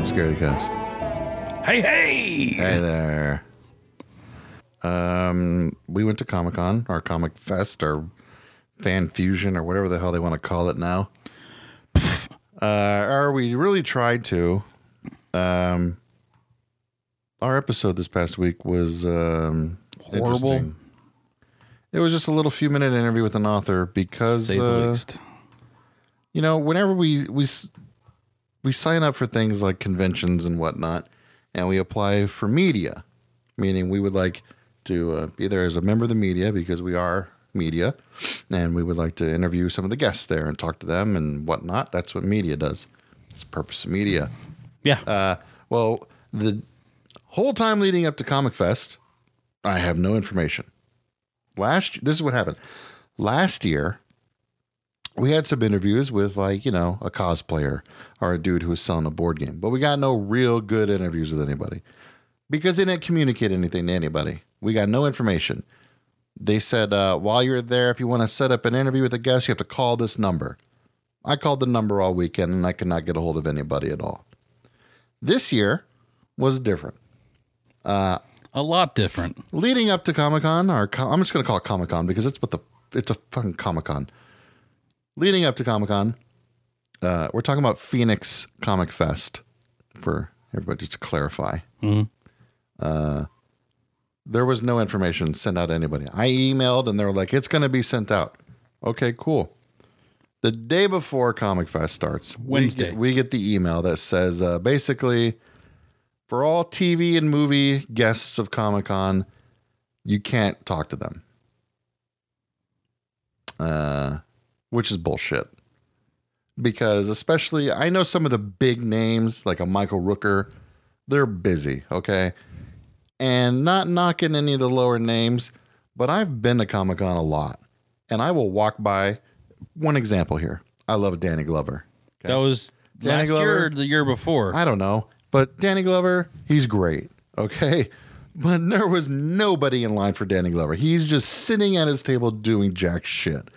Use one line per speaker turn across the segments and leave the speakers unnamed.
podcast.
Hey, hey!
Hey there. Um, we went to Comic Con or Comic Fest or Fan Fusion or whatever the hell they want to call it now. uh, or we really tried to. Um, our episode this past week was um,
Horrible.
interesting. It was just a little few minute interview with an author because
Say the
uh,
least.
you know, whenever we we s- we sign up for things like conventions and whatnot, and we apply for media, meaning we would like to uh, be there as a member of the media because we are media, and we would like to interview some of the guests there and talk to them and whatnot. That's what media does. It's the purpose of media.
Yeah.
Uh, well, the whole time leading up to Comic Fest, I have no information. Last this is what happened. Last year, we had some interviews with like you know a cosplayer or a dude who was selling a board game, but we got no real good interviews with anybody because they didn't communicate anything to anybody. We got no information. They said uh, while you're there, if you want to set up an interview with a guest, you have to call this number. I called the number all weekend and I could not get a hold of anybody at all. This year was different.
a lot different.
leading up to Comic Con, or Co- I'm just going to call it Comic Con because it's what the it's a fucking Comic Con. Leading up to Comic Con, uh, we're talking about Phoenix Comic Fest for everybody just to clarify.
Mhm.
Uh, there was no information sent out to anybody. I emailed and they were like, "It's going to be sent out." Okay, cool. The day before Comic Fest starts, we
Wednesday.
get- we get the email that says uh, basically for all TV and movie guests of Comic Con, you can't talk to them. Uh, which is bullshit. Because especially, I know some of the big names, like a Michael Rooker, they're busy, okay? And not knocking any of the lower names, but I've been to Comic Con a lot. And I will walk by one example here. I love Danny Glover.
That was
Danny
last year
Glover?
or the year before.
I don't know. But Danny Glover, he's great. Okay. But there was nobody in line for Danny Glover. He's just sitting at his table doing jack shit.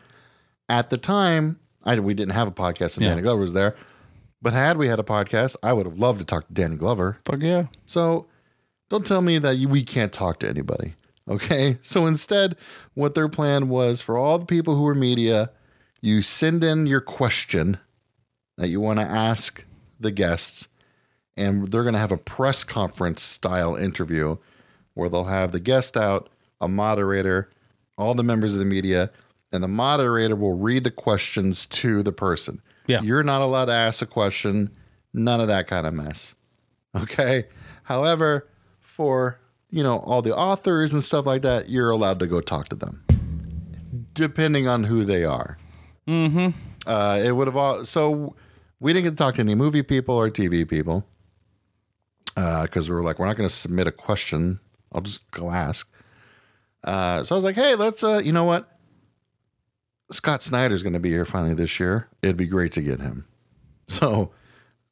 At the time, I, we didn't have a podcast and
Yeah.
Danny Glover was there. But had we had a podcast, I would have loved to talk to Danny Glover.
Fuck yeah.
So don't tell me that you- we can't talk to anybody. Okay. So instead, what their plan was for all the people who were media, you send in your question that you want to ask the guests, and they're going to have a press conference style interview where they'll have the guest out, a moderator, all the members of the media, and the moderator will read the questions to the person.
Yeah.
You're not allowed to ask a question, none of that kind of mess. Okay. However, for you know all the authors and stuff like that, you're allowed to go talk to them, depending on who they are. Mm-hmm. Uh, it would have all so we didn't get to talk to any movie people or TV people because we were like, we're not going to submit a question. I'll just go ask. Uh, so I was like, hey, let's. Uh, you know what? Scott Snyder's going to be here finally this year. It'd be great to get him. So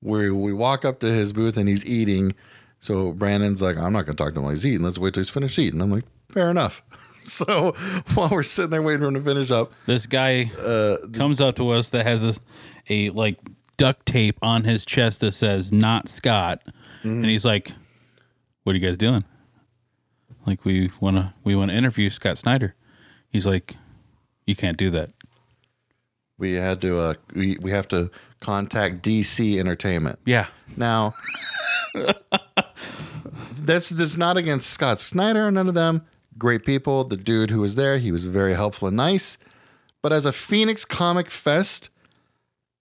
we we walk up to his booth and he's eating. So Brandon's like, I'm not gonna talk to him while he's eating. Let's wait till he's finished eating. I'm like, fair enough. So while we're sitting there waiting for him to finish up,
This guy
Uh,
comes up to us that has a, a like duct tape on his chest that says "Not Scott,"
Mm-hmm.
and he's like, "What are you guys doing?" Like we want to we want to interview Scott Snyder. He's like, "You can't do that."
we had to uh, we we have to contact DC Entertainment.
Yeah,
Now, that's that's not against Scott Snyder or none of them. Great people. The dude who was there, he was very helpful and nice. But as a Phoenix Comic Fest,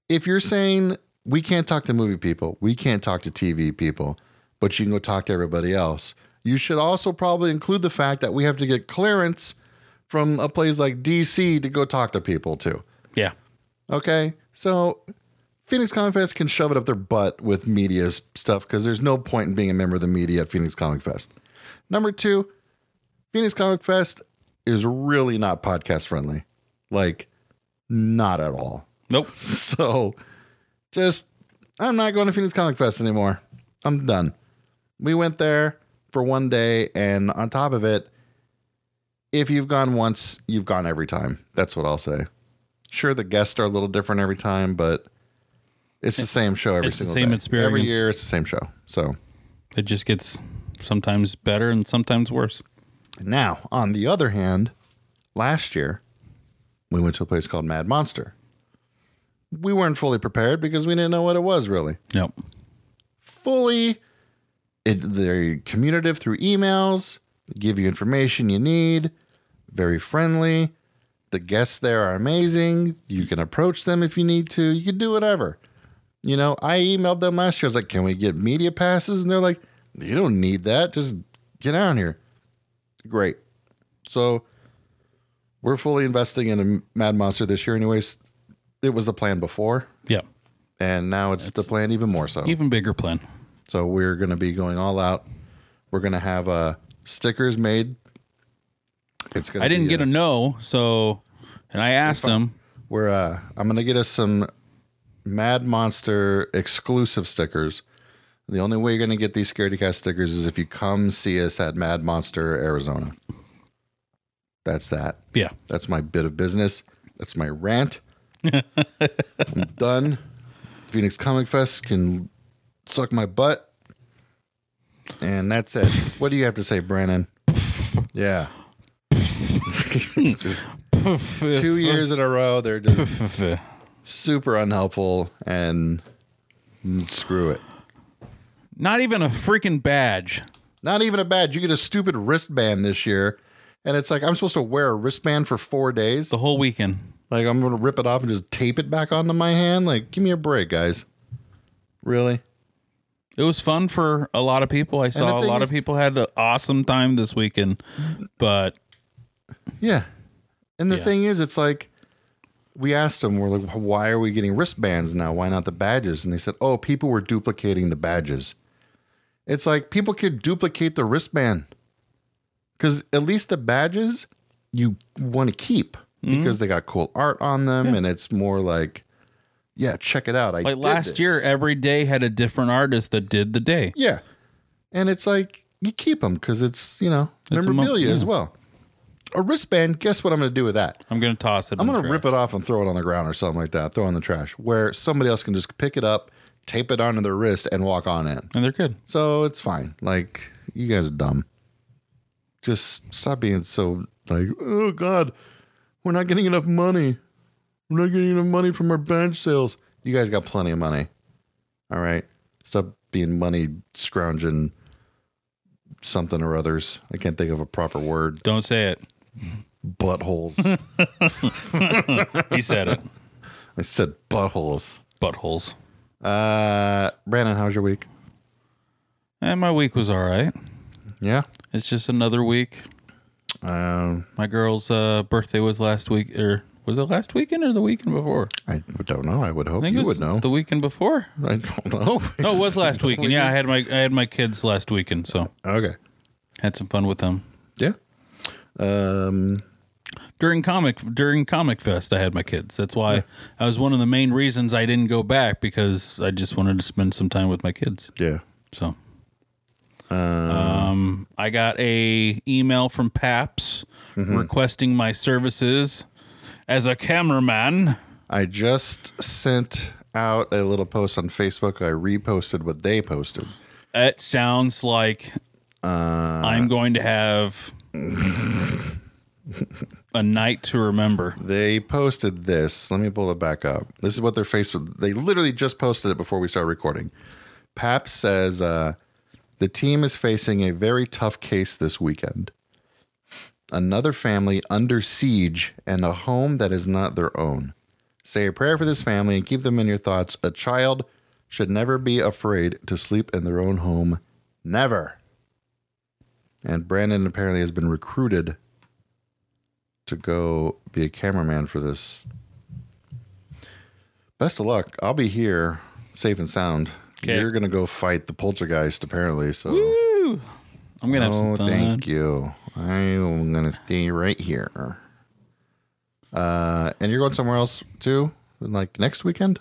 if you're saying we can't talk to movie people, we can't talk to TV people, but you can go talk to everybody else, you should also probably include the fact that we have to get clearance from a place like DC to go talk to people too.
yeah,
Okay. So Phoenix Comic Fest can shove it up their butt with media s- stuff because there's no point in being a member of the media at Phoenix Comic Fest. Number two, Phoenix Comic Fest is really not podcast friendly. Like, not at all.
nope.
So just, I'm not going to Phoenix Comic Fest anymore. I'm done. We went there for one day, and on top of it, if you've gone once, you've gone every time. That's what I'll say. Sure, the guests are a little different every time, but It's the same show every
It's the
single
same
day.
experience.
Every year, it's the same show. So
It just gets sometimes better and sometimes worse.
now, on the other hand, last year we went to a place called Mad Monster. We weren't fully prepared because we didn't know what it was really.
Nope.
fully it, they're communicative through emails give you information you need very friendly the guests there are amazing you can approach them if you need to you can do whatever you know i emailed them last year i was like can we get media passes and they're like you don't need that just get down here great so we're fully investing in a mad monster this year anyways it was the plan before
Yep.
and now it's, the plan even more so
Even bigger plan.
so we're going to be going all out. We're going to have uh, stickers made. It's uh, going.
I didn't get a no, so and I asked him.
We're. Uh, I'm going to get us some Mad Monster exclusive stickers. The only way you're going to get these Scaredy Cat stickers is if you come see us at Mad Monster Arizona. That's that.
Yeah.
That's my bit of business. That's my rant. I'm done. Phoenix Comic Fest can suck my butt. And that's it. what do you have to say, Brandon? Yeah. just two years in a row, they're just super unhelpful and screw it.
Not even a freaking badge.
Not even a badge. You get a stupid wristband this year. And it's like, I'm supposed to wear a wristband for four days.
The whole weekend.
Like I'm gonna rip it off and just tape it back onto my hand. Like, give me a break, guys. Really?
It was fun for a lot of people. I saw a
thing
lot
is-
of people had an awesome time this weekend, but
Yeah. And the
Yeah.
thing is, it's like we asked them, we're like, why are we getting wristbands now? Why not the badges? And they said, oh, people were duplicating the badges. It's like people could duplicate the wristband because at least the badges you want to keep
Mm-hmm.
because they got cool art on them and it's more like, yeah, check it out. I
like
did
last
this.
year, every day had a different artist that did the day.
Yeah. And it's like you keep them because it's, you know,
It's a mo-
memorabilia as
yeah.
well. A wristband, guess what I'm going to do with that?
I'm gonna toss it.
I'm going to rip it off and throw it on the ground or something like that, throw it in the trash where somebody else can just pick it up, tape it onto their wrist, and walk on in.
and they're good.
So it's fine. Like, you guys are dumb. Just stop being so, like, oh, God, we're not getting enough money. We're not getting enough money from our badge sales. You guys got plenty of money. All right. Stop being money scrounging something or others. I can't think of a proper word.
Don't say it.
Buttholes.
He said it.
I said buttholes.
Buttholes.
Uh, Brandon, how's your week?
And my week was all right.
Yeah.
It's just another week.
Um,
My girl's uh, birthday was last week, or was it last weekend or the weekend before?
I don't know. I would hope
I think
you
it was
would know.
the weekend before.
I don't know.
No, it was last weekend. Yeah, I had my I had my kids last weekend, so
okay.
had some fun with them
Yeah. Um,
during comic during Comic Fest. I had my kids. That's why I was one of the main reasons I didn't go back because I just wanted to spend some time with my kids.
yeah.
So,
Uh.
um, I got a email from Paps
Mm-hmm.
requesting my services as a cameraman.
I just sent out a little post on Facebook. I reposted what they posted.
It sounds like
Uh,
I'm going to have a night to remember.
They posted this. Let me pull it back up. This is what their Facebook. They literally just posted it before we started recording. Pap says uh, the team is facing a very tough case this weekend. Another family under siege and a home that is not their own. Say a prayer for this family and keep them in your thoughts. A child should never be afraid to sleep in their own home. Never. And Brandon apparently has been recruited to go be a cameraman for this. Best of luck. I'll be here, safe and sound.
Okay.
You're gonna go fight the poltergeist, apparently. So,
Woo! I'm gonna have
oh,
some fun.
thank you. I'm gonna stay right here. Uh, and you're going somewhere else too, like next weekend?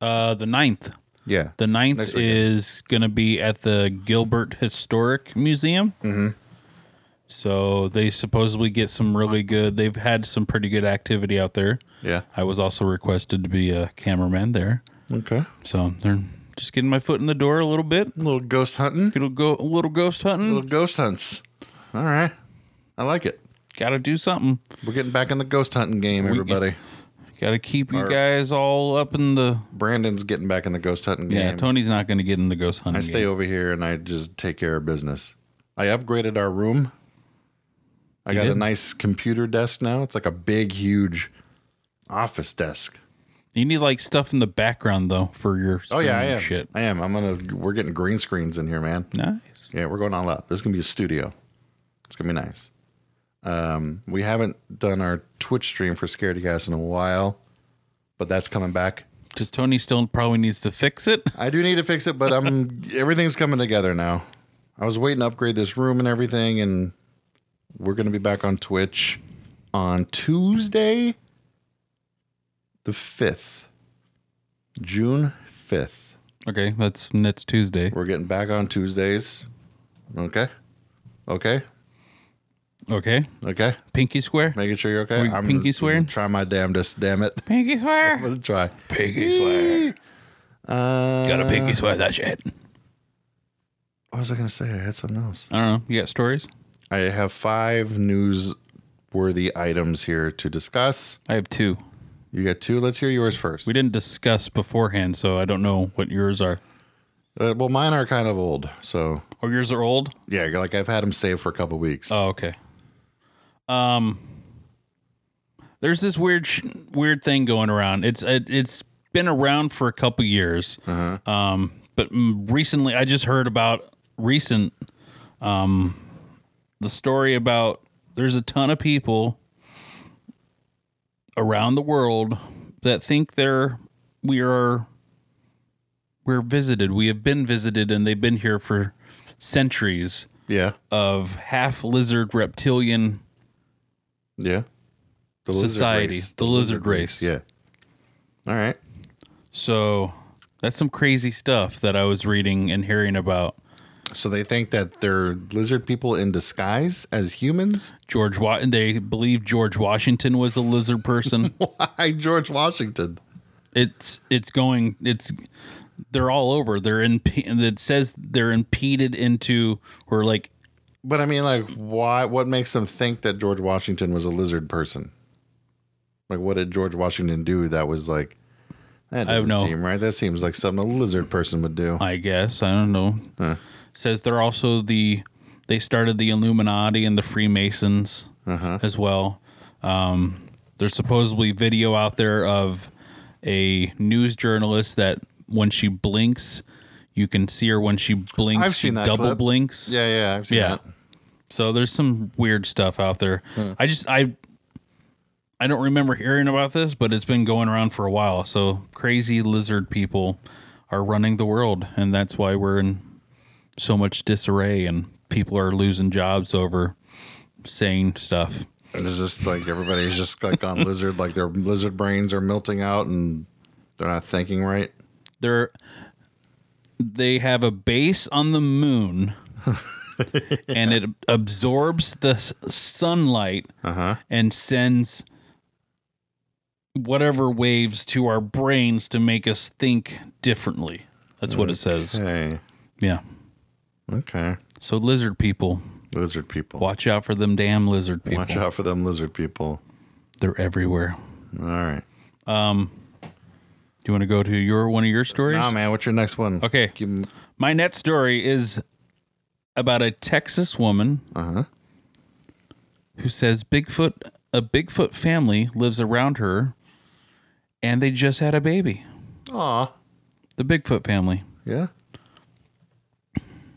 Uh, the ninth.
Yeah.
The ninth
Next weekend.
is gonna be at the Gilbert Historic Museum. Mm-hmm. So they supposedly get some really good. They've had some pretty good activity out there.
Yeah.
I was also requested to be a cameraman there.
Okay.
So they're just getting my foot in the door a little bit.
little ghost hunting.
It'll go a little ghost hunting.
Little ghost hunts. All right. I like it.
Got to do something.
We're getting back in the ghost hunting game, everybody.
Got to keep you
Our-
guys all up in the.
Brandon's getting back in the ghost hunting game.
Yeah, Tony's not going to get in the ghost hunting.
I stay
game.
over here and I just take care of business. I upgraded our room. I got a
did?
nice computer desk now. It's like a big, huge office desk.
You need like stuff in the background though for your.
Oh yeah, I
streaming
am.
Shit.
I am. I'm gonna. We're getting green screens in here, man.
Nice.
Yeah, we're going all out. This is gonna be a studio. It's gonna be nice. Um, we haven't done our Twitch stream for Scaredy Cast in a while, but that's coming back.
Because Tony still probably needs to fix it.
I do need to fix it, but I'm everything's coming together now. I was waiting to upgrade this room and everything, and we're gonna be back on Twitch on Tuesday, the fifth, June fifth.
Okay, that's next Tuesday.
We're getting back on Tuesdays. Okay, okay,
Okay,
okay.
pinky swear.
Making sure you're okay.
Are you pinky
gonna
swearing?
Try my damnedest. Damn it.
Pinky
I'm
swear.
gonna try.
Pinky swear.
Uh,
Gotta pinky swear that shit.
What was I gonna say? I had something else.
I don't know. You got stories?
I have five newsworthy items here to discuss.
I have two.
You got two. Let's hear yours first.
We didn't discuss beforehand, so I don't know what yours are.
Uh, well, mine are kind of old, so
Oh, yours are old.
yeah, like I've had them saved for a couple weeks.
Oh, okay. Um, there's this weird, sh- weird thing going around. It's it, it's been around for a couple years. Um, but mm, recently, I just heard about recent, um, the story about there's a ton of people around the world that think they're we are we're visited. We have been visited, and they've been here for centuries
yeah,
of half lizard reptilian
yeah. The
society, the lizard race.
Yeah. All right.
So that's some crazy stuff that I was reading and hearing about.
So they think that they're lizard people in disguise as humans.
George Wa- they believe George Washington was a lizard person.
Why George Washington?
it's it's going it's they're all over. They're in it says they're impeded into or like
But I mean, like, why? What makes them think that George Washington was a lizard person? Like, what did George Washington do that was like? That
I have
doesn't
no-
seem right. That seems like something a lizard person would do.
I guess I don't know. Says they're also the they started the Illuminati and the Freemasons
Uh-huh.
as well. Um, there's supposedly video out there of a news journalist that when she blinks, you can see her when she blinks.
I've
she
seen that
double
clip.
blinks.
Yeah, yeah, I've seen
Yeah.
that.
So there's some weird stuff out there. I just I I don't remember hearing about this, but it's been going around for a while. So crazy lizard people are running the world and that's why we're in so much disarray and people are losing jobs over saying stuff.
It's just like everybody's just like on lizard, like their lizard brains are melting out and they're not thinking right.
They're they have a base on the moon and it absorbs the s- sunlight
Uh huh.
and sends whatever waves to our brains to make us think differently. That's what it says.
Hey,
Yeah.
okay.
So lizard people,
Lizard people.
watch out for them damn lizard people.
Watch out for them lizard people.
They're everywhere. Um,
All right.
Do you want to go to your one of your stories?
Nah, man. What's your next one?
Okay.
Give 'em-
My next story is about a Texas woman
Uh-huh.
who says Bigfoot a Bigfoot family lives around her and they just had a baby.
Aw.
The Bigfoot family.
Yeah.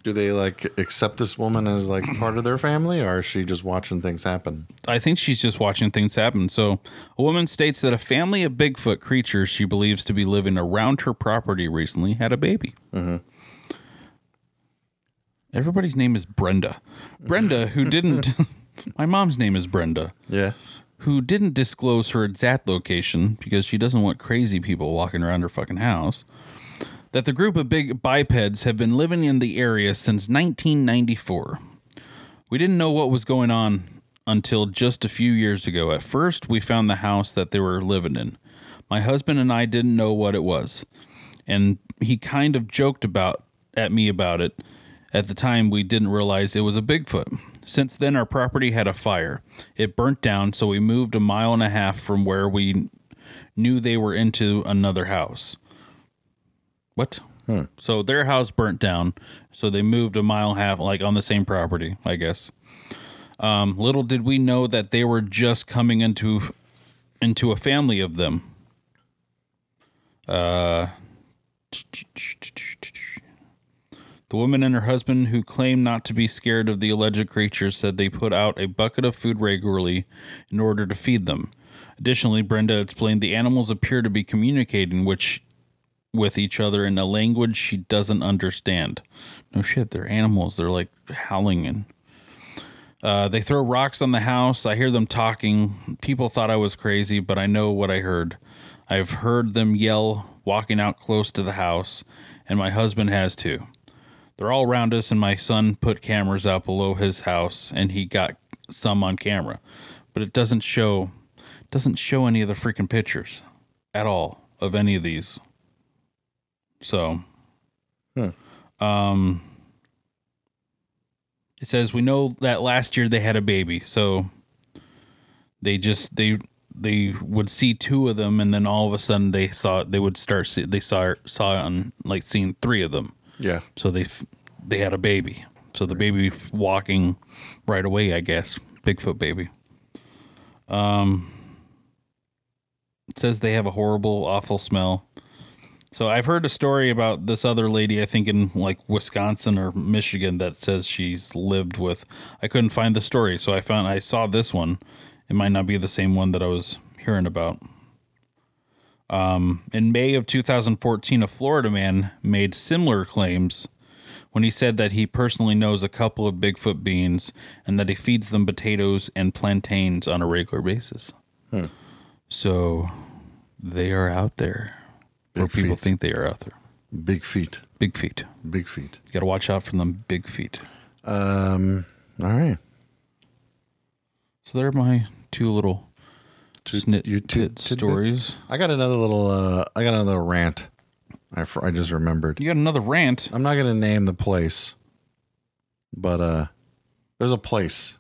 Do they like accept this woman as like part of their family, or is she just watching things happen?
I think she's just watching things happen. So, a woman states that a family of Bigfoot creatures she believes to be living around her property recently had a baby. Everybody's name is Brenda. Brenda, who didn't. my mom's name is Brenda,
Yeah.
who didn't disclose her exact location because she doesn't want crazy people walking around her fucking house. That the group of big bipeds have been living in the area since 1994. We didn't know what was going on until just a few years ago. At first, we found the house that they were living in. My husband and I didn't know what it was. and he kind of joked about at me about it. At the time, we didn't realize it was a Bigfoot. Since then, our property had a fire. It burnt down, so we moved a mile and a half from where we knew they were into another house. What?
Hmm.
So their house burnt down, so they moved a mile and a half, like on the same property, I guess. Um, little did we know that they were just coming into into a family of them. Uh, the woman and her husband, who claimed not to be scared of the alleged creature, said they put out a bucket of food regularly in order to feed them. Additionally, Brenda explained the animals appear to be communicating which with each other in a language she doesn't understand. No shit, they're animals. They're like howling and uh, they throw rocks on the house. I hear them talking. People thought I was crazy, but I know what I heard. I've heard them yell walking out close to the house, and my husband has too. They're all around us, and my son put cameras out below his house, and he got some on camera, but it doesn't show doesn't show any of the freaking pictures at all of any of these. So, um, it says we know that last year they had a baby, so they just they they would see two of them, and then all of a sudden they saw they would start see, they saw saw on like seeing three of them,
Yeah.
so they f- they had a baby. So the baby walking right away, I guess, Bigfoot baby. Um, it says they have a horrible, awful smell. So I've heard a story about this other lady, I think in like Wisconsin or Michigan, that says she's lived with. I couldn't find the story, so I found I saw this one. It might not be the same one that I was hearing about. Um, in May of 2014, a Florida man made similar claims when he said that he personally knows a couple of Bigfoot beings and that he feeds them potatoes and plantains on a regular basis.
Hmm.
So they are out there, or
Big
people
feet.
think they are out there.
Big feet.
Big feet.
Big feet.
You got to watch out for them big feet.
Um. All right.
So they're my two little
Two-
snit
you two
pit
tidbits?
stories.
I got another little. Uh, I got another little rant. I fr- I just remembered.
You got another rant.
I'm not gonna name the place, but uh, there's a place.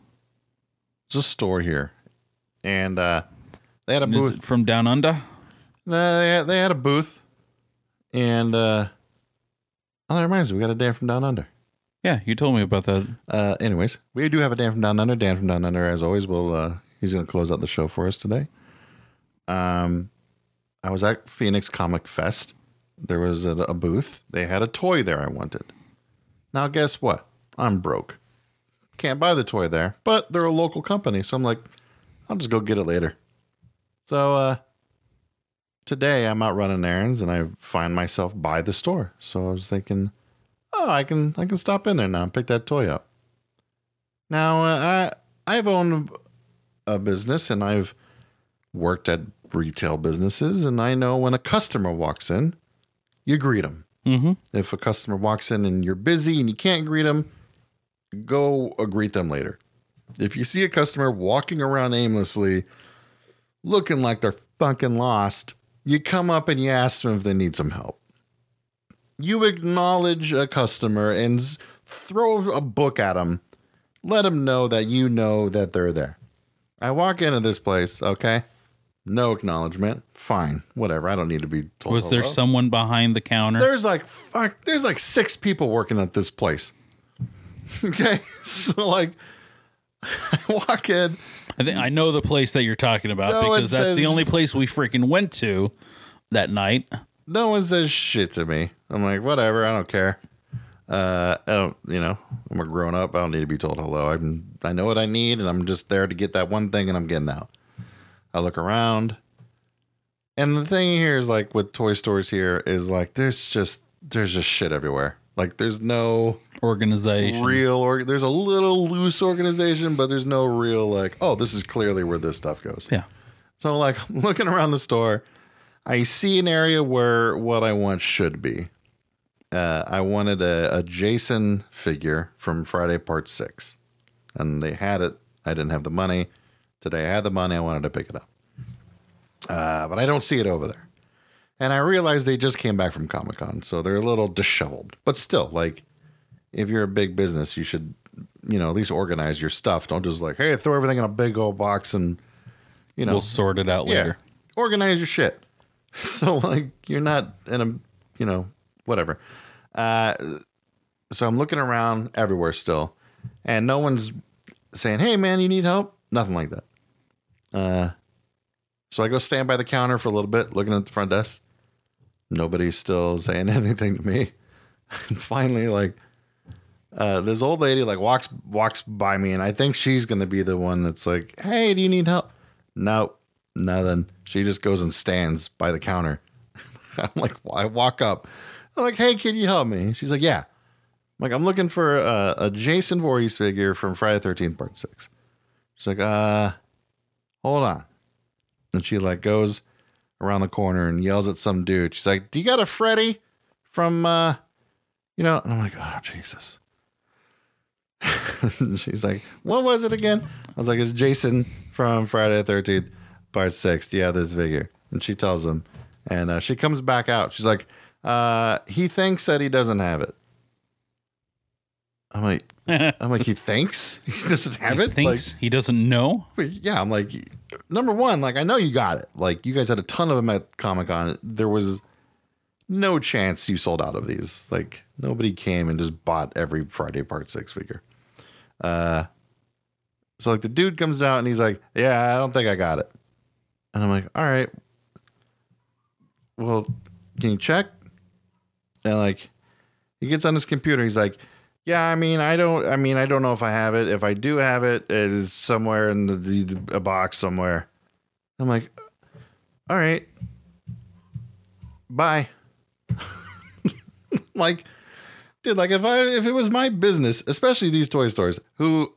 It's a store here, and uh, they had a
Is
booth.
it from down under?
No, they had, they had a booth, and uh, oh, that reminds me, we got a Dan from Down Under.
Yeah, you told me about that.
Uh, anyways, we do have a Dan from Down Under. Dan from Down Under, as always, will uh, he's going to close out the show for us today. Um, I was at Phoenix Comic Fest. There was a, a booth. They had a toy there I wanted. Now guess what? I'm broke. Can't buy the toy there, but they're a local company, so I'm like, I'll just go get it later. So uh, today I'm out running errands and I find myself by the store. So I was thinking, oh, I can I can stop in there now and pick that toy up. Now, uh, I I've owned a business and I've worked at retail businesses, and I know when a customer walks in, you greet them.
Mm-hmm.
If a customer walks in and you're busy and you can't greet them, go uh, greet them later. If you see a customer walking around aimlessly, looking like they're fucking lost, you come up and you ask them if they need some help. You acknowledge a customer and s- throw a book at them. Let them know that you know that they're there. I walk into this place, okay? No acknowledgement. Fine. Whatever. I don't need to be told.
Was there
hello.
someone behind the counter?
There's like fuck. There's like six people working at this place. Okay, so like, I walk in.
I think I know the place that you're talking about
No, it
because that's
says-
the only place we freaking went to that night.
No one says shit to me. I'm like, whatever. I don't care. Uh, I don't. You know, I'm a grown up. I don't need to be told hello. I'm. I know what I need, and I'm just there to get that one thing, and I'm getting out. I look around, and the thing here is like with toy stores here is like there's just there's just shit everywhere. Like there's no
Organization.
real or there's a little loose organization, but there's no real like, oh, this is clearly where this stuff goes.
Yeah.
So like I'm looking around the store, I see an area where what I want should be. Uh, I wanted a, a Jason figure from Friday Part Six, and they had it. I didn't have the money. Today I had the money. I wanted to pick it up, uh, but I don't see it over there. And I realized they just came back from Comic Con, so they're a little disheveled. But still, like, if you're a big business, you should, you know, at least organize your stuff. Don't just like, hey, throw everything in a big old box and, you know,
We'll sort it out
yeah,
later.
organize your shit. So like, you're not in a, you know, whatever. Uh, so I'm looking around everywhere still, and no one's saying, "Hey, man, you need help?" Nothing like that. Uh, so I go stand by the counter for a little bit, looking at the front desk. Nobody's still saying anything to me. And finally, like uh, this old lady, like walks walks by me, and I think she's gonna be the one that's like, "Hey, do you need help?" No, nothing. She just goes and stands by the counter. I'm like, I walk up. I'm like, "Hey, can you help me?" She's like, "Yeah." I'm like, I'm looking for a, a Jason Voorhees figure from Friday the 13th, part six. She's like, uh, hold on. And she like goes around the corner and yells at some dude. She's like, do you got a Freddy from, uh, you know, and I'm like, oh, Jesus. And She's like, what was it again? I was like, it's Jason from Friday the 13th, part six. Do you have this figure? And she tells him. And uh, she comes back out. She's like, uh, he thinks that he doesn't have it. I'm like, I'm like, he thinks he doesn't have
he
it.
thinks he doesn't know.
Like, yeah, I'm like, number one, like I know you got it. Like you guys had a ton of them at Comic Con. There was no chance you sold out of these. Like nobody came and just bought every Friday Part Six figure. Uh, so like the dude comes out and he's like, "Yeah, I don't think I got it," and I'm like, "All right, well, can you check?" And like, he gets on his computer. He's like, "Yeah, I mean, I don't. I mean, I don't know if I have it. If I do have it, it is somewhere in the, the, the a box somewhere." I'm like, "All right, bye." like, dude, like if I if it was my business, especially these toy stores, who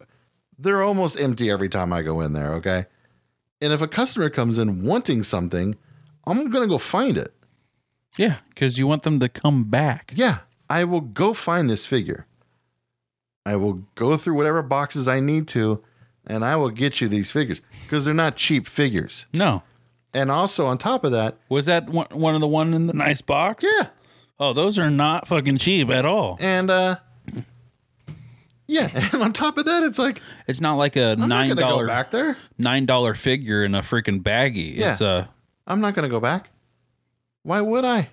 they're almost empty every time I go in there. Okay, and if a customer comes in wanting something, I'm gonna go find it.
Yeah, because you want them to come back.
Yeah, I will go find this figure. I will go through whatever boxes I need to, and I will get you these figures because they're not cheap figures.
No,
And also on top of that,
was that one, one of the one in the nice box?
yeah,
Oh, those are not fucking cheap at all.
and uh, yeah, and on top of that, it's like
It's not like a
I'm
nine
not gonna go
dollar
back there.
nine dollar figure in a freaking baggie.
Yeah.
It's uh, a
I'm not gonna go back. Why would I?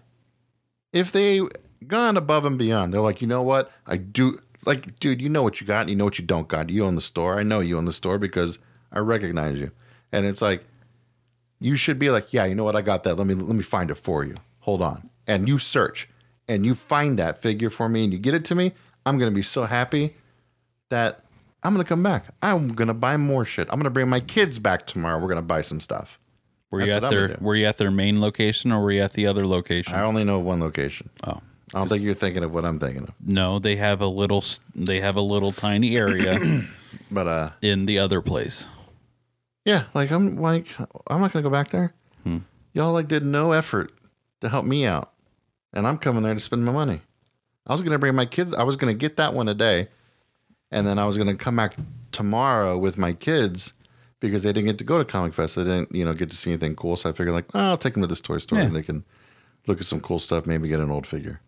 If they gone above and beyond, they're like, you know what? I do like, dude, you know what you got and you know what you don't got. You own the store. I know you own the store because I recognize you. And it's like you should be like, yeah, you know what? I got that. Let me let me find it for you. Hold on. And you search and you find that figure for me and you get it to me. I'm gonna be so happy that I'm gonna come back. I'm gonna buy more shit. I'm gonna bring my kids back tomorrow. We're gonna buy some stuff.
were you
That's
at
what I would
their
do.
were you at their main location or were you at the other location?
I only know one location.
oh.
I don't think you're thinking of what I'm thinking of.
No, they have a little s- they have a little tiny area
But uh
in the other place.
yeah, like I'm like I'm not gonna go back there. Y'all like did no effort to help me out. And I'm coming there to spend my money. I was gonna bring my kids I was gonna get that one a day and then I was gonna come back tomorrow with my kids because they didn't get to go to Comic Fest. They didn't, you know, get to see anything cool. So I figured like, oh, I'll take them to this toy store
Yeah.
and they can look at some cool stuff, maybe get an old figure.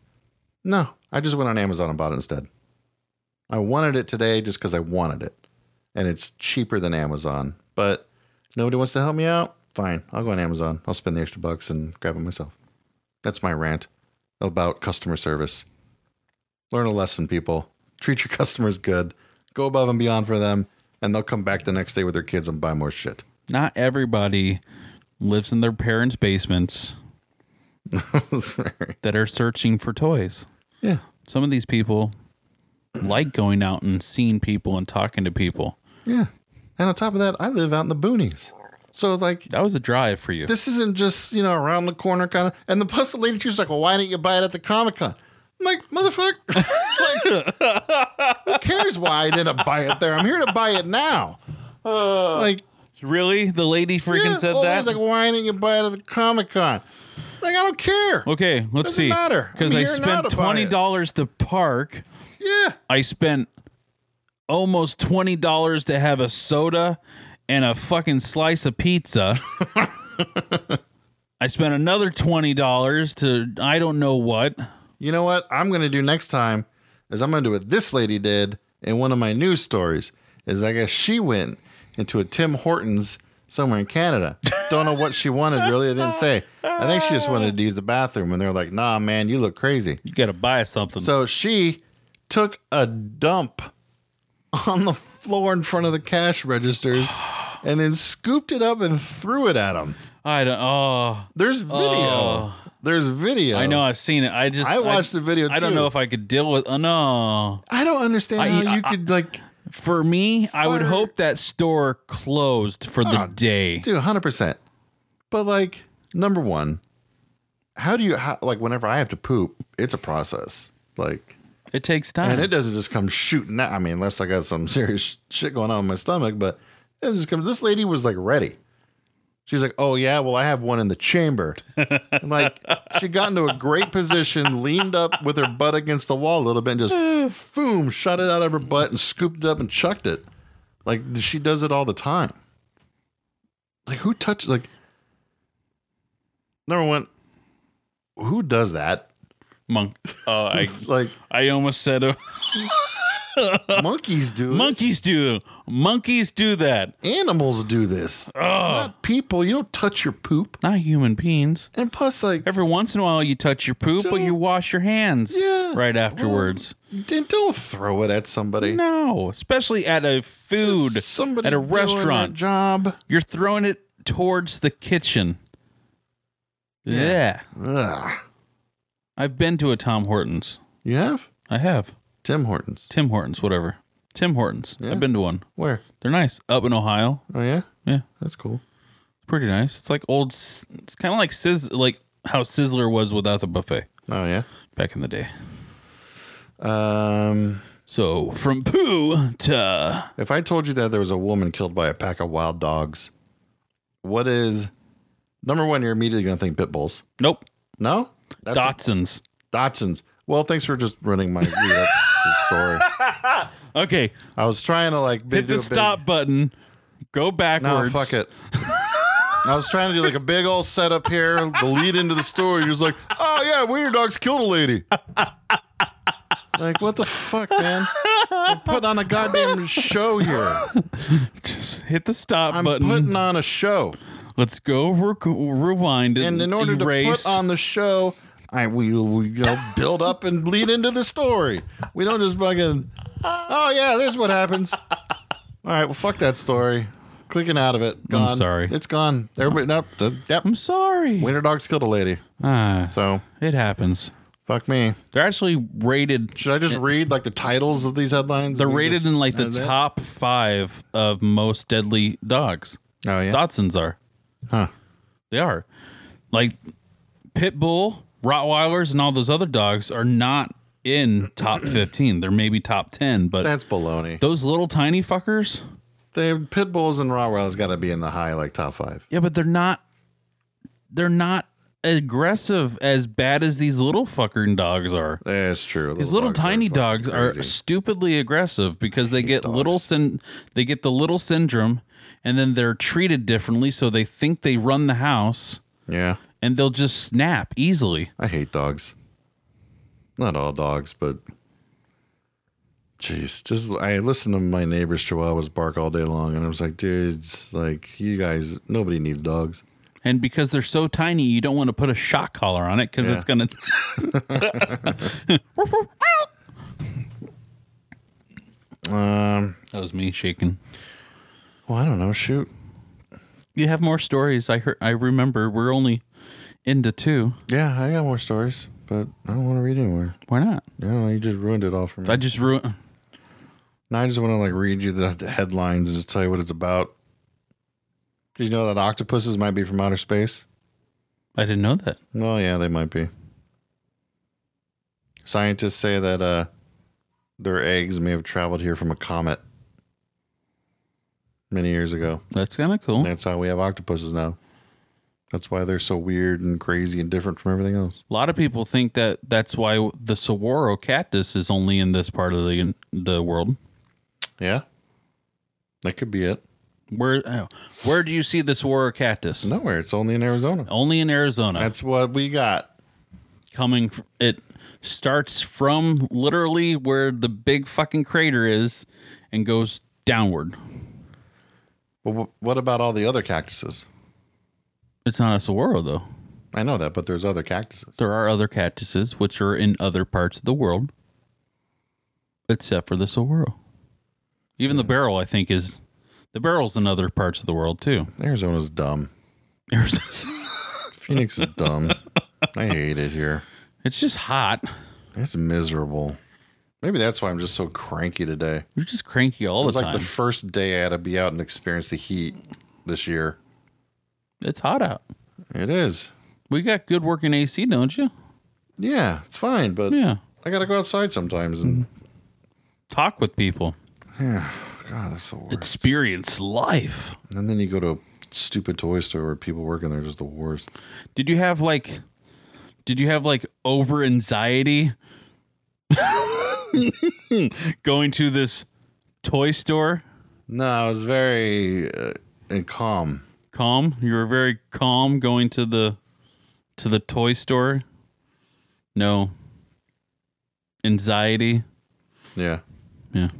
No, I just went on Amazon and bought it instead. I wanted it today just because I wanted it. and it's cheaper than Amazon. But nobody wants to help me out. Fine, I'll go on Amazon. I'll spend the extra bucks and grab it myself. That's my rant about customer service. Learn a lesson, people. Treat your customers good. Go above and beyond for them, and they'll come back the next day with their kids and buy more shit.
Not everybody lives in their parents' basements that are searching for toys.
yeah,
Some of these people like going out and seeing people and talking to people.
yeah. And on top of that, I live out in the boonies, so like
That was a drive for you.
this isn't just you know around the corner kind of. And the plus the lady she's like, well, why didn't you buy it at the Comic Con? I'm like, motherfucker, like, who cares why I didn't buy it there? I'm here to buy it now. like,
really? The lady Uh, freaking
yeah,
said
old
that?
lady's like, why didn't you buy it at the Comic Con? Like, I don't care.
okay, let's
Doesn't
see.
matter. I'm
Because I
here now
spent
to buy
twenty
it.
dollars to park.
Yeah,
I spent almost twenty dollars to have a soda and a fucking slice of pizza. I spent another twenty dollars to I don't know what.
You know what I'm gonna do next time is I'm gonna do what this lady did in one of my news stories. Is I guess she went into a Tim Hortons somewhere in Canada. Don't know what she wanted really. It didn't say. I think she just wanted to use the bathroom, and they're like, "Nah, man, you look crazy."
You gotta buy something.
So she took a dump on the floor in front of the cash registers, and then scooped it up and threw it at them.
I don't. Oh,
There's video.
Oh.
There's video.
I know I've seen it. I just
Oh. I watched the video,
I don't
too.
know if I could deal with. Oh no.
I don't understand
I- e
how
I-
you could like,
For me, I would
Fire.
hope that store closed for the
Oh,
day.
dude, hundred percent. But like, number one, how do you how, like? Whenever I have to poop, it's a process. Like,
It takes
and
time.
it doesn't just come shooting out. I mean, unless I got some serious shit going on in my stomach, but it just comes. This lady was like ready. She's like, "Oh yeah, well I have one in the chamber." And like she got into a great position, leaned up with her butt against the wall a little bit, and just boom, shot it out of her butt and scooped it up and chucked it. Like she does it all the time. Like who touches like number one, who does that?
Monk. Oh, I
Like
I almost said a,
monkeys do. it.
monkeys do. Monkeys do that.
animals do this.
Oh.
Not people. You don't touch your poop.
Not human beings.
And plus, like,
Every once in a while, you touch your poop, but you wash your hands
Yeah.
right afterwards.
d- don't throw it at somebody.
no, especially at a food,
Just somebody
at a
doing their
restaurant.
job.
You're throwing it towards the kitchen. Yeah.
Ugh.
I've been to a Tom Hortons.
You have
I have.
Tim Hortons.
Tim Hortons, whatever. Tim Hortons. I've been to one.
Where?
They're nice. Up in Ohio.
Oh yeah,
Yeah.
that's cool.
Pretty nice. It's like old, s- it's kind of like Sizz, like how Sizzler was without the buffet
Oh yeah.
back in the day.
Um,
So from poo to
if I told you that there was a woman killed by a pack of wild dogs, what is number one? You're immediately going to think pit bulls.
nope
No, that's
Dotsons.
Dotsons. Well, thanks for just running my lead up to the story.
Okay,
I was trying to like
hit
do a
the
big-
stop button. Go
No,
backwards.
fuck it. I was trying to do like a big old setup here, the lead into the story. He was like, "Oh yeah, wiener dogs killed a lady." like what the fuck, man? I'm putting on a goddamn show here.
Just hit the stop
I'm
button.
putting on a show,
Let's go re- rewind and,
and in order
erase.
to put on the show, I will we, you know build up and lead into the story. We don't just fucking. Oh yeah, this is what happens. All right, well fuck that story. Clicking out of it. Gone.
sorry.
It's gone. Everybody, nope. th- Yep.
I'm sorry.
Wiener dogs killed a lady.
Ah,
So
it happens.
fuck me.
They're actually rated
Should I just read like the titles of these headlines?
They're
We
rated
just-
in like the
Is it?
top five of most deadly dogs.
Oh yeah.
Dotsons are.
Huh.
They are. Like pit bull, Rottweilers, and all those other dogs are not in top fifteen. They're maybe top ten, but
That's baloney.
those little tiny fuckers.
They pit bulls and Rottweilers got to be in the high like top five.
Yeah, but they're not. They're not aggressive as bad as these little fucking dogs are.
That's true.
These little
are
tiny
fucking
dogs are
crazy.
stupidly aggressive because they get little syn- they get the little syndrome and then they're treated differently so they think they run the house
Yeah,
and they'll just snap easily.
I hate dogs. Not all dogs, but jeez, just I listened to my neighbor's chihuahuas bark all day long, and I was like, dudes, like you guys, nobody needs dogs.
And because they're so tiny, you don't want to put a shock collar on it because
Yeah.
it's going to
Um,
That was me shaking.
well, I don't know. Shoot,
You have more stories. I heard I remember we're only into two.
yeah, I got more stories, but I don't want to read anymore.
Why not?
Yeah, you just ruined it all for me.
I just ruined
Now I just want to like read you the, the headlines and just tell you what it's about. Did you know that octopuses might be from outer space?
I didn't know that.
Well, yeah, they might be. Scientists say that uh, their eggs may have traveled here from a comet many years ago.
That's kind of cool.
That's how we have octopuses now. That's why they're so weird and crazy and different from everything else.
A lot of people think that that's why the saguaro cactus is only in this part of the the world.
Yeah, that could be it.
Where oh, where do you see this warrior cactus?
Nowhere. It's only in Arizona.
Only in Arizona.
That's what we got.
Coming, fr- it starts from literally where the big fucking crater is, and goes downward.
But wh- what about all the other cactuses?
It's not a saguaro though.
I know that, but there's other cactuses.
There are other cactuses which are in other parts of the world, except for the saguaro. Even the barrel, I think, is the barrel's in other parts of the world too.
Arizona's dumb.
Arizona's-
Phoenix is dumb. I hate it here.
it's just hot.
It's miserable. Maybe that's why I'm just so cranky today.
You're just cranky all
It was
the
like
time.
the first day I had to be out and experience the heat this year.
it's hot out.
It is.
We got good working AC, don't you?
Yeah, it's fine, but
Yeah.
I gotta go outside sometimes and
Talk with people. Mm-hmm.
God, that's the worst.
Experience life.
and then you go to a stupid toy store where people work and they're just the worst.
Did you have like did you have like over anxiety going to this toy store?
No, I was very uh, and calm.
Calm? You were very calm going to the to the toy store? No. Anxiety?
Yeah.
Yeah.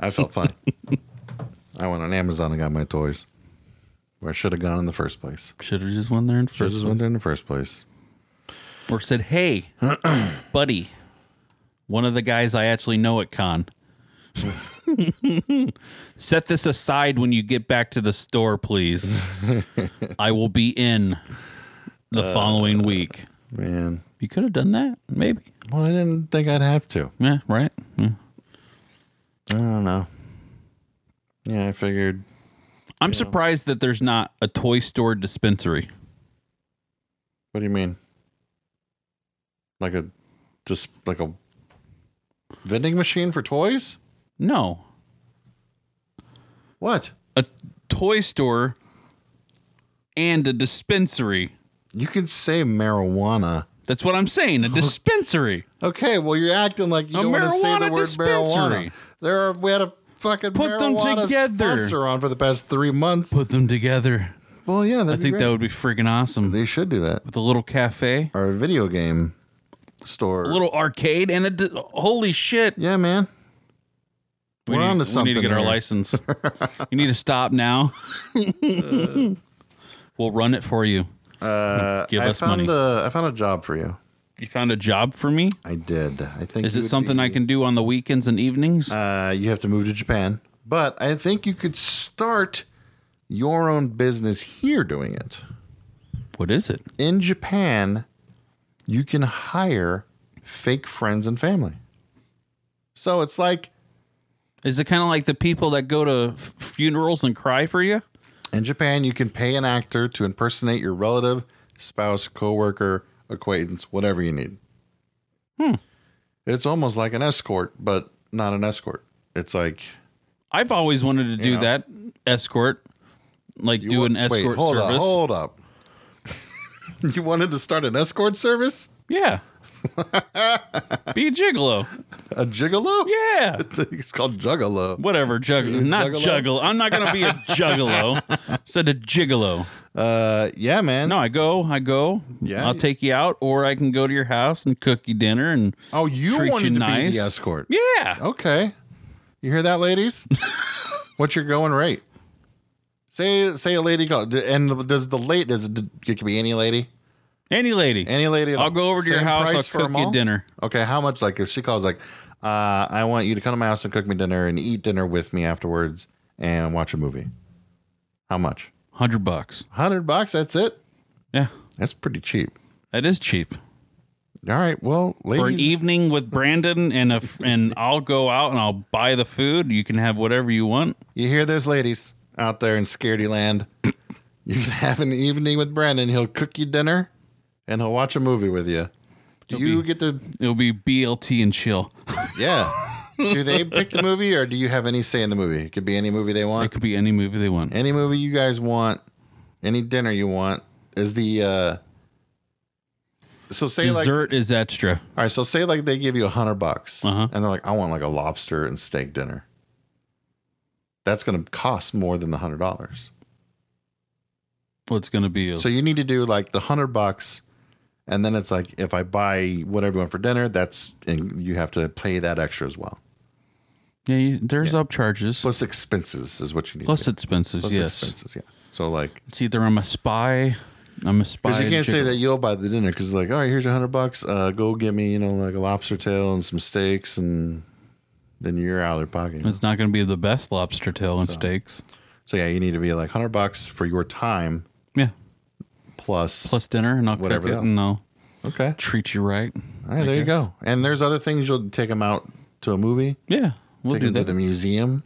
I felt fine. I went on Amazon and got my toys where I should have gone in the first place.
Should have just went there and
Should
first
have just went there in the first place.
or said, "Hey, buddy, one of the guys I actually know at con, set this aside when you get back to the store, please. I will be in the following week."
Man.
You could have done that, maybe.
Well, I didn't think I'd have to.
Yeah, right. Yeah.
I don't know. Yeah, I figured.
I'm surprised that there's not a toy store dispensary.
What do you mean? Like a just like a vending machine for toys?
No,
What?
a toy store and a dispensary.
You can say marijuana.
That's what I'm saying. A dispensary.
Okay, well you're acting like you
A
don't want to say the
marijuana
word
dispensary.
marijuana. There are we had a fucking
Put them
marijuana
together.
sponsor on for the past three months.
Put them together.
Well, yeah,
I think that would be freaking awesome.
they should do that.
With a little cafe,
Or a video game store.
a little arcade, and a d- holy shit.
yeah, man.
We
We're
need,
onto
We need to
something
get our
here.
license. you need to stop now. we'll run it for you.
Uh,
Give
I
us
found
money.
A, I found a job for you.
You found a job for me?
I did. I think.
Is
you
it
would
something
be-
I can do on the weekends and evenings?
Uh, you have to move to Japan, but I think you could start your own business here doing it.
what is it?
In Japan, you can hire fake friends and family. So it's like
Is it kind of like the people that go to f- funerals and cry for you?
in Japan, you can pay an actor to impersonate your relative, spouse, coworker, acquaintance, whatever you need.
Hmm.
It's almost like an escort, but not an escort. It's like
I've always wanted to do
know.
that escort, like
you
do
want-
an escort
wait, hold
service.
Up, hold up. you wanted to start an escort service?
Yeah. Be a gigolo.
A gigolo?
Yeah.
it's called juggalo.
Whatever, juggalo. Not
juggalo?
juggalo. I'm not gonna be a juggalo. Said a gigolo.
Uh, yeah, man.
No, I go, I go.
Yeah.
I'll take you out, or I can go to your house and cook you dinner and
Oh, you
treat
wanted
you
to
nice.
be the escort?
Yeah.
Okay. You hear that, ladies? What's your going rate? Say, say a lady call, and does the late does it, it could be any lady,
Any lady.
any lady. at
I'll
all?
go over to your
Same
house,
price
I'll
for 'em
cook
all?
you dinner.
Okay, how much? Like, if she calls, like, uh, I want you to come to my house and cook me dinner and eat dinner with me afterwards and watch a movie. How much?
Hundred bucks.
Hundred bucks. That's it.
Yeah.
That's pretty cheap.
That is cheap.
All right. Well, ladies,
For an evening with Brandon and a f- and I'll go out and I'll buy the food. You can have whatever you want.
You hear those ladies out there in scaredy land. You can have an evening with Brandon. He'll cook you dinner and he'll watch a movie with you. Do you get the
It'll be BLT and chill.
Yeah. do they pick the movie or do you have any say in the movie? It could be any movie they
It
want.
could be any movie they want.
Any movie you guys want, any dinner you want. Is the uh so say like
Dessert is extra.
all right, so say like they give you a hundred bucks,
Uh-huh.
and they're like, I want like a lobster and steak dinner. That's going to cost more than the hundred dollars.
Well, it's going to be a,
So you need to do like the hundred bucks, and then it's like if I buy whatever you want for dinner, that's and you have to pay that extra as well.
yeah. You, there's upcharges plus,
Plus expenses is what you need. to do.
expenses.
plus
yes,
expenses, yeah. So like,
it's either I'm a spy, I'm a spy.
because you
and
can't say
chicken-
that you'll buy the dinner because like, all right, here's your hundred bucks. Uh, go get me, you know, like a lobster tail and some steaks, and then you're out of their pocket. you know?
it's not going to be the best lobster tail and steaks.
So yeah, you need to be like hundred bucks for your time
Yeah,
plus.
plus dinner and I'll
Whatever
cook it.
else.
And I'll
Okay.
treat you right.
All right, there you go. And there's other things you'll take them out to a movie,
Yeah, we'll
take
do
them to
that.
the museum,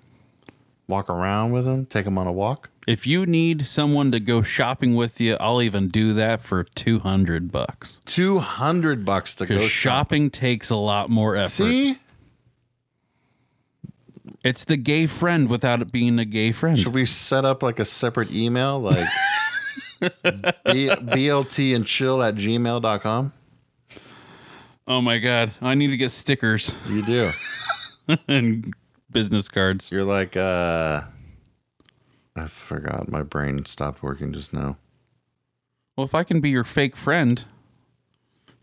walk around with them, take them on a walk.
If you need someone to go shopping with you, I'll even do that for two hundred bucks.
Two hundred bucks to go
Because
shop.
shopping takes a lot more effort.
See,
It's the gay friend without it being a gay friend.
should we set up like a separate email like B- blt and chill at gmail.com?
Oh my god, I need to get stickers
You do.
and business cards.
You're like, uh, I forgot. My brain stopped working just now.
Well, if I can be your fake friend,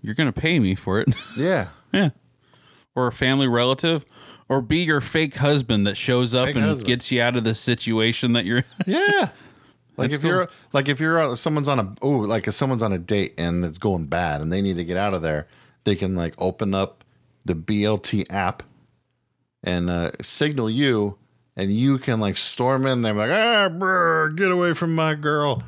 you're going to pay me for it.
Yeah.
yeah. Or a family relative or be your fake husband that shows up
Fake
and
husband.
gets you out of the situation that you're
Yeah. Like if
That's
you're like if you're uh, someone's on a oh like if someone's on a date and it's going bad and they need to get out of there, they can like open up the BLT app and uh, signal you, and you can like storm in there like ah brr, get away from my girl.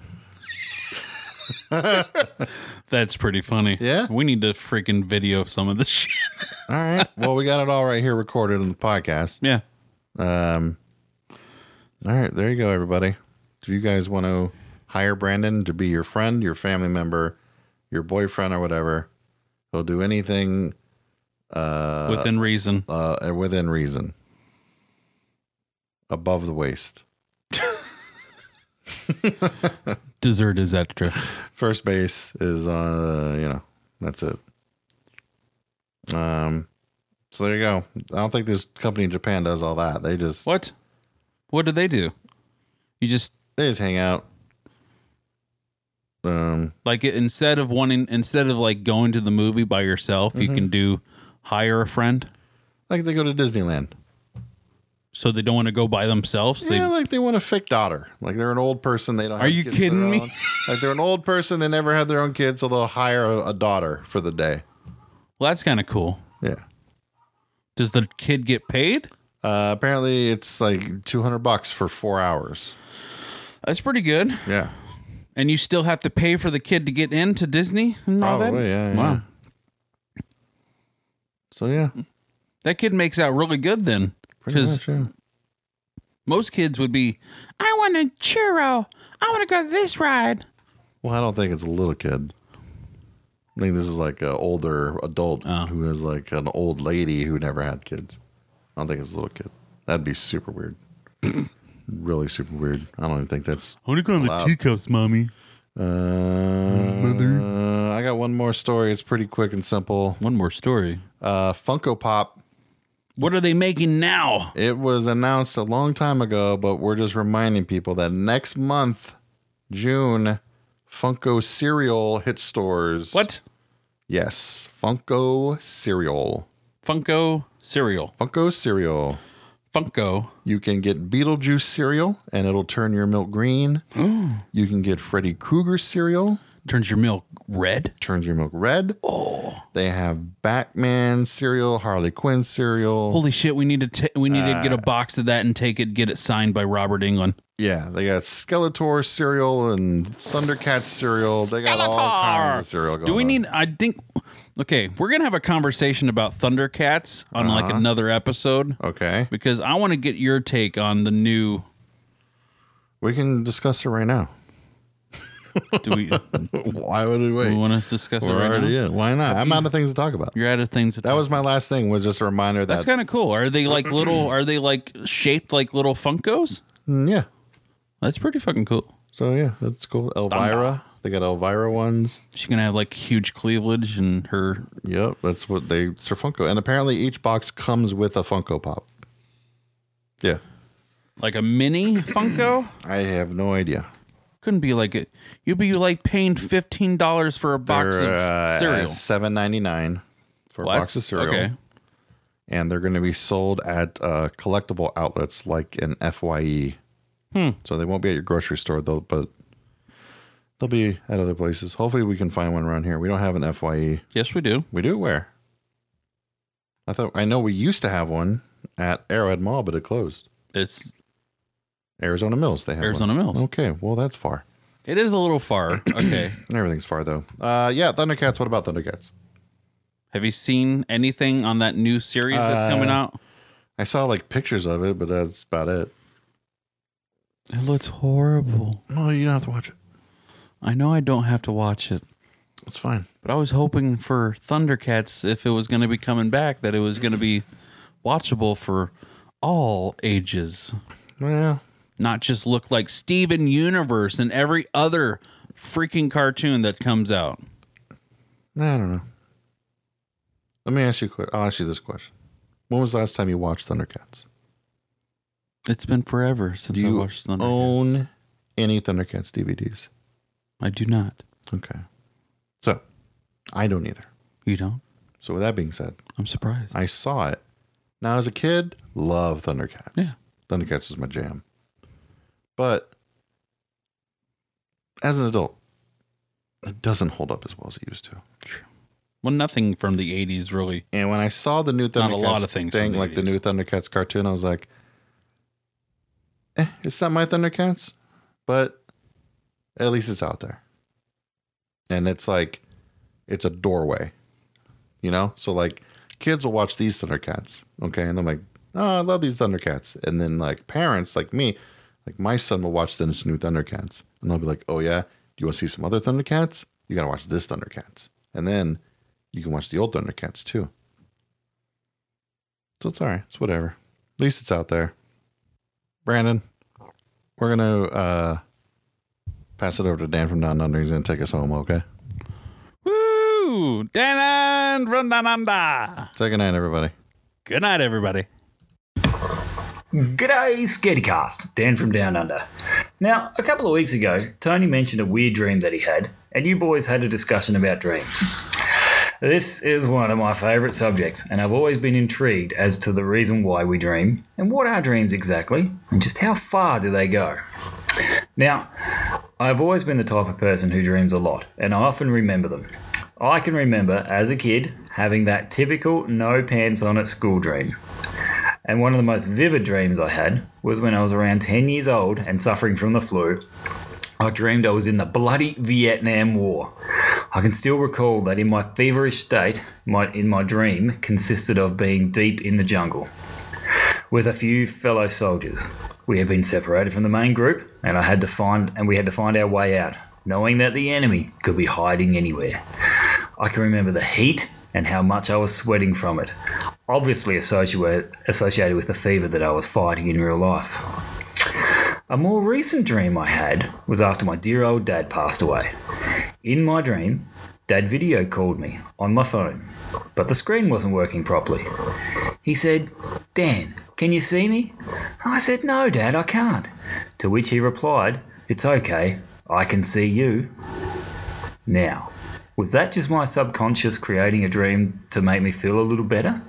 That's pretty funny.
Yeah?
We need to freaking video some of this shit.
All right, well we got it all right here recorded in the podcast.
yeah.
Um, all right, there you go, everybody. Do you guys want to hire Brandon to be your friend, your family member, your boyfriend, or whatever? He'll do anything
Within reason.
uh, within reason, above the waist.
Dessert is extra.
First base is, uh, you know, that's it. Um, so there you go. I don't think this company in Japan does all that. They just
What? What do they do? You just
they just hang out. Um,
like it- instead of wanting instead of like going to the movie by yourself
Mm-hmm.
you can do hire a friend
like they go to Disneyland.
so they don't want to go by themselves
yeah,
they,
like they want a fake daughter. Like they're an old person. They don't. Have
you
kids of their
kidding me?
own. Like they're an old person. They never had their own kids, so they'll hire a, a daughter for the day.
well that's kind of cool
Yeah.
does the kid get paid
Uh, apparently, it's like two hundred bucks for four hours.
that's pretty good
Yeah.
and you still have to pay for the kid to get into disney and all that
Probably, yeah,
wow
yeah. So yeah,
that kid makes out really good then
pretty much.
because
Yeah.
most kids would be i want a churro i want to go this ride
Well, I don't think it's a little kid. I think this is like an older adult
Oh.
who is like an old lady who never had kids. I don't think it's a little kid. That'd be super weird. really super weird. I don't even think that's
i want to go on
Wow.
the teacups mommy
Uh, I got one more story. It's pretty quick and simple.
one more story
Uh, Funko Pop.
what are they making now
It was announced a long time ago, but we're just reminding people that next month, June, Funko cereal hit stores.
what
Yes, Funko cereal.
funko cereal
Funko cereal.
funko
You can get Beetlejuice cereal, and it'll turn your milk green. you can get Freddy Krueger cereal.
turns your milk red.
turns your milk red. Oh. They have Batman cereal, Harley Quinn cereal.
Holy shit! We need to ta- we need to get a
Uh,
box of that and take it, get it signed by Robert England.
yeah, they got Skeletor cereal and Thundercat cereal. They got all kinds of cereal going
Do we
on.
need? I think. Okay, we're gonna have a conversation about Thundercats on
Uh-huh.
like another episode
Okay.
because I want to get your take on the new.
We can discuss it right now.
Do we? do
Why would we
we
wait?
want us to discuss it
We're
right now?
already in. Why not? I'm out of things to talk about.
You're out of things.
That was my last thing was just a reminder
That's
that
kind of cool. Are they like little? Are they like shaped like little Funkos?
Mm, yeah.
That's pretty fucking cool.
So yeah, that's cool. Elvira. They got Elvira ones.
She's gonna have like huge cleavage and her
Yep, that's what they Sir Funko. And apparently each box comes with a Funko Pop. Yeah.
like a mini Funko.
I have no idea.
Couldn't be like it. You'd be like paying fifteen dollars for a box
They're,
of
uh,
cereal.
Seven ninety nine for
Well,
a box of
that's-
cereal.
Okay.
And they're gonna be sold at uh, collectible outlets like an FYE.
Hmm.
So they won't be at your grocery store though, but they'll be at other places. Hopefully we can find one around here. We don't have an FYE.
Yes, we do.
We do where? I thought I know we used to have one at Arrowhead Mall, but it closed.
It's
Arizona Mills, they have one.
Arizona Mills.
Okay, well that's far.
It is a little far. Okay.
Everything's far though. Uh, yeah, Thundercats. What about Thundercats?
Have you seen anything on that new series that's coming
Uh,
out?
I saw like pictures of it, but that's about it.
It looks horrible.
No, you don't have to watch it.
I know I don't have to watch it,
It's fine.
but I was hoping for Thundercats if it was going to be coming back that it was going to be watchable for all ages,
Well,
not just look like Steven Universe and every other freaking cartoon that comes out.
I don't know. Let me ask you. a que- I'll ask you this question. When was the last time you watched Thundercats?
It's been forever since
Do
I
you
watched Thundercats.
own any Thundercats DVDs?
I do not.
Okay. So, I don't either.
You don't?
So, with that being said,
I'm surprised.
I saw it. Now, as a kid, love Thundercats.
Yeah.
Thundercats is my jam. But as an adult, it doesn't hold up as well as it used to.
Well, nothing from the 80s really.
And when I saw the new Thundercats
Not a lot of things
thing,
from the
like the
80s.
new Thundercats cartoon, I was like, eh, it's not my Thundercats, but at least it's out there. And it's like, it's a doorway, you know? So, like, kids will watch these Thundercats, okay? And I'm like, oh, I love these Thundercats. And then, like, parents like me, like, my son will watch this new Thundercats. And they'll be like, oh, yeah, do you want to see some other Thundercats? You got to watch this Thundercats. And then you can watch the old Thundercats too. So it's all right. It's whatever. At least it's out there. Brandon, we're gonna uh, pass it over to Dan from Down Under. He's gonna take us home. Okay.
Woo! Dan and Rundananda.
Say good night, everybody.
Good night, everybody.
G'day, Scardycast. Dan from Down Under. Now, a couple of weeks ago, Tony mentioned a weird dream that he had, and you boys had a discussion about dreams. This is one of my favourite subjects, and I've always been intrigued as to the reason why we dream, and what are dreams exactly, and just how far do they go. Now, I've always been the type of person who dreams a lot, and I often remember them. I can remember, as a kid, having that typical no pants on at school dream. And one of the most vivid dreams I had was when I was around 10 years old and suffering from the flu. I dreamed I was in the bloody Vietnam War. I can still recall that in my feverish state, my, in my dream consisted of being deep in the jungle with a few fellow soldiers. We had been separated from the main group, and I had to find and we had to find our way out, knowing that the enemy could be hiding anywhere. I can remember the heat and how much I was sweating from it, obviously associated associated with the fever that I was fighting in real life. A more recent dream I had was after my dear old dad passed away. In my dream, dad video called me on my phone, but the screen wasn't working properly. He said, Dan, can you see me? I said, No, Dad, I can't. To which he replied, It's okay, I can see you. Now, was that just my subconscious creating a dream to make me feel a little better?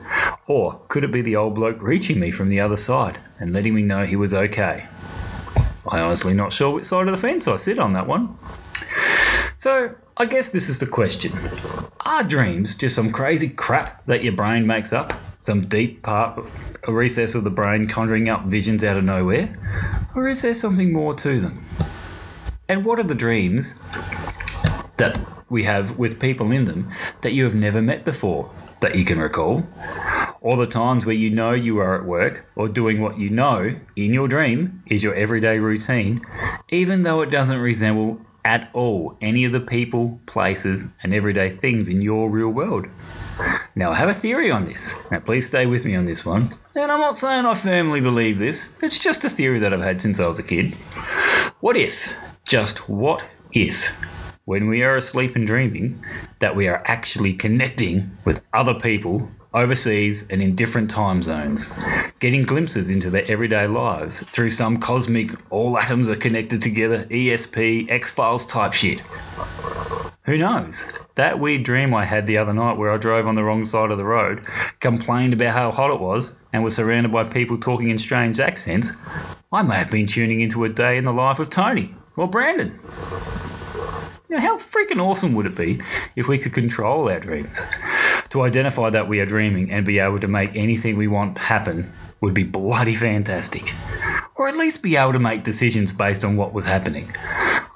Or could it be the old bloke reaching me from the other side and letting me know he was okay? I'm honestly not sure which side of the fence I sit on that one. So, I guess this is the question. Are dreams just some crazy crap that your brain makes up? Some deep part, a recess of the brain conjuring up visions out of nowhere? Or is there something more to them? And what are the dreams that we have with people in them that you have never met before that you can recall? Or the times where you know you are at work or doing what you know in your dream is your everyday routine, even though it doesn't resemble at all any of the people, places, and everyday things in your real world. Now, I have a theory on this. Now, please stay with me on this one. And I'm not saying I firmly believe this, it's just a theory that I've had since I was a kid. What if, just what if, when we are asleep and dreaming, that we are actually connecting with other people overseas and in different time zones, getting glimpses into their everyday lives through some cosmic all atoms are connected together E ESP X Files type shit. Who knows? That weird dream I had the other night where I drove on the wrong side of the road, complained about how hot it was, and was surrounded by people talking in strange accents, I may have been tuning into a day in the life of Tony or Brandon. Now, how freaking awesome would it be if we could control our dreams? To identify that we are dreaming and be able to make anything we want happen would be bloody fantastic. Or at least be able to make decisions based on what was happening.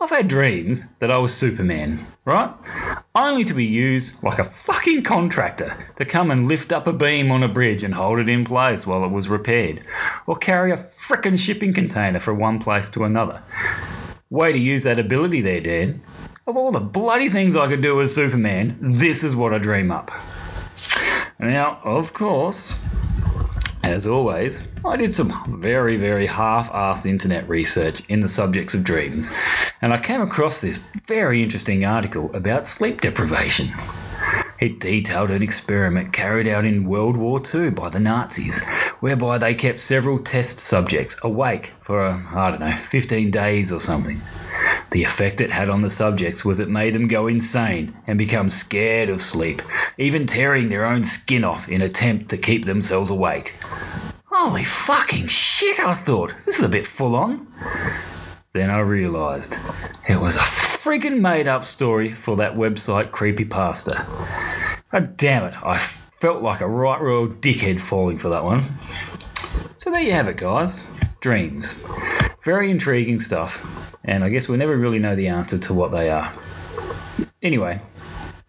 I've had dreams that I was Superman, right? Only to be used like a fucking contractor to come and lift up a beam on a bridge and hold it in place while it was repaired, or carry a frickin' shipping container from one place to another. Way to use that ability there, Dan. Of all the bloody things I could do as Superman, this is what I dream up. Now, of course, as always, I did some very, very half assed internet research in the subjects of dreams, and I came across this very interesting article about sleep deprivation. It detailed an experiment carried out in World War II by the Nazis, whereby they kept several test subjects awake for, uh, I don't know, 15 days or something. The effect it had on the subjects was it made them go insane and become scared of sleep, even tearing their own skin off in attempt to keep themselves awake. Holy fucking shit, I thought. This is a bit full on. Then I realised it was a friggin' made up story for that website Creepypasta. God damn it, I felt like a right royal dickhead falling for that one. So there you have it, guys. Dreams. Very intriguing stuff, and I guess we'll never really know the answer to what they are. Anyway,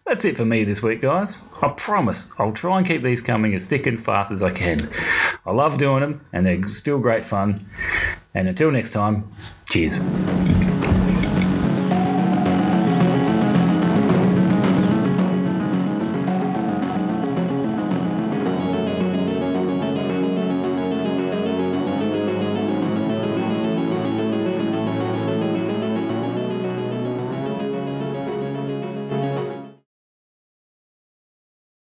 that's it for me this week, guys. I promise I'll try and keep these coming as thick and fast as I can. I love doing them, and they're still great fun. And until next time, cheers.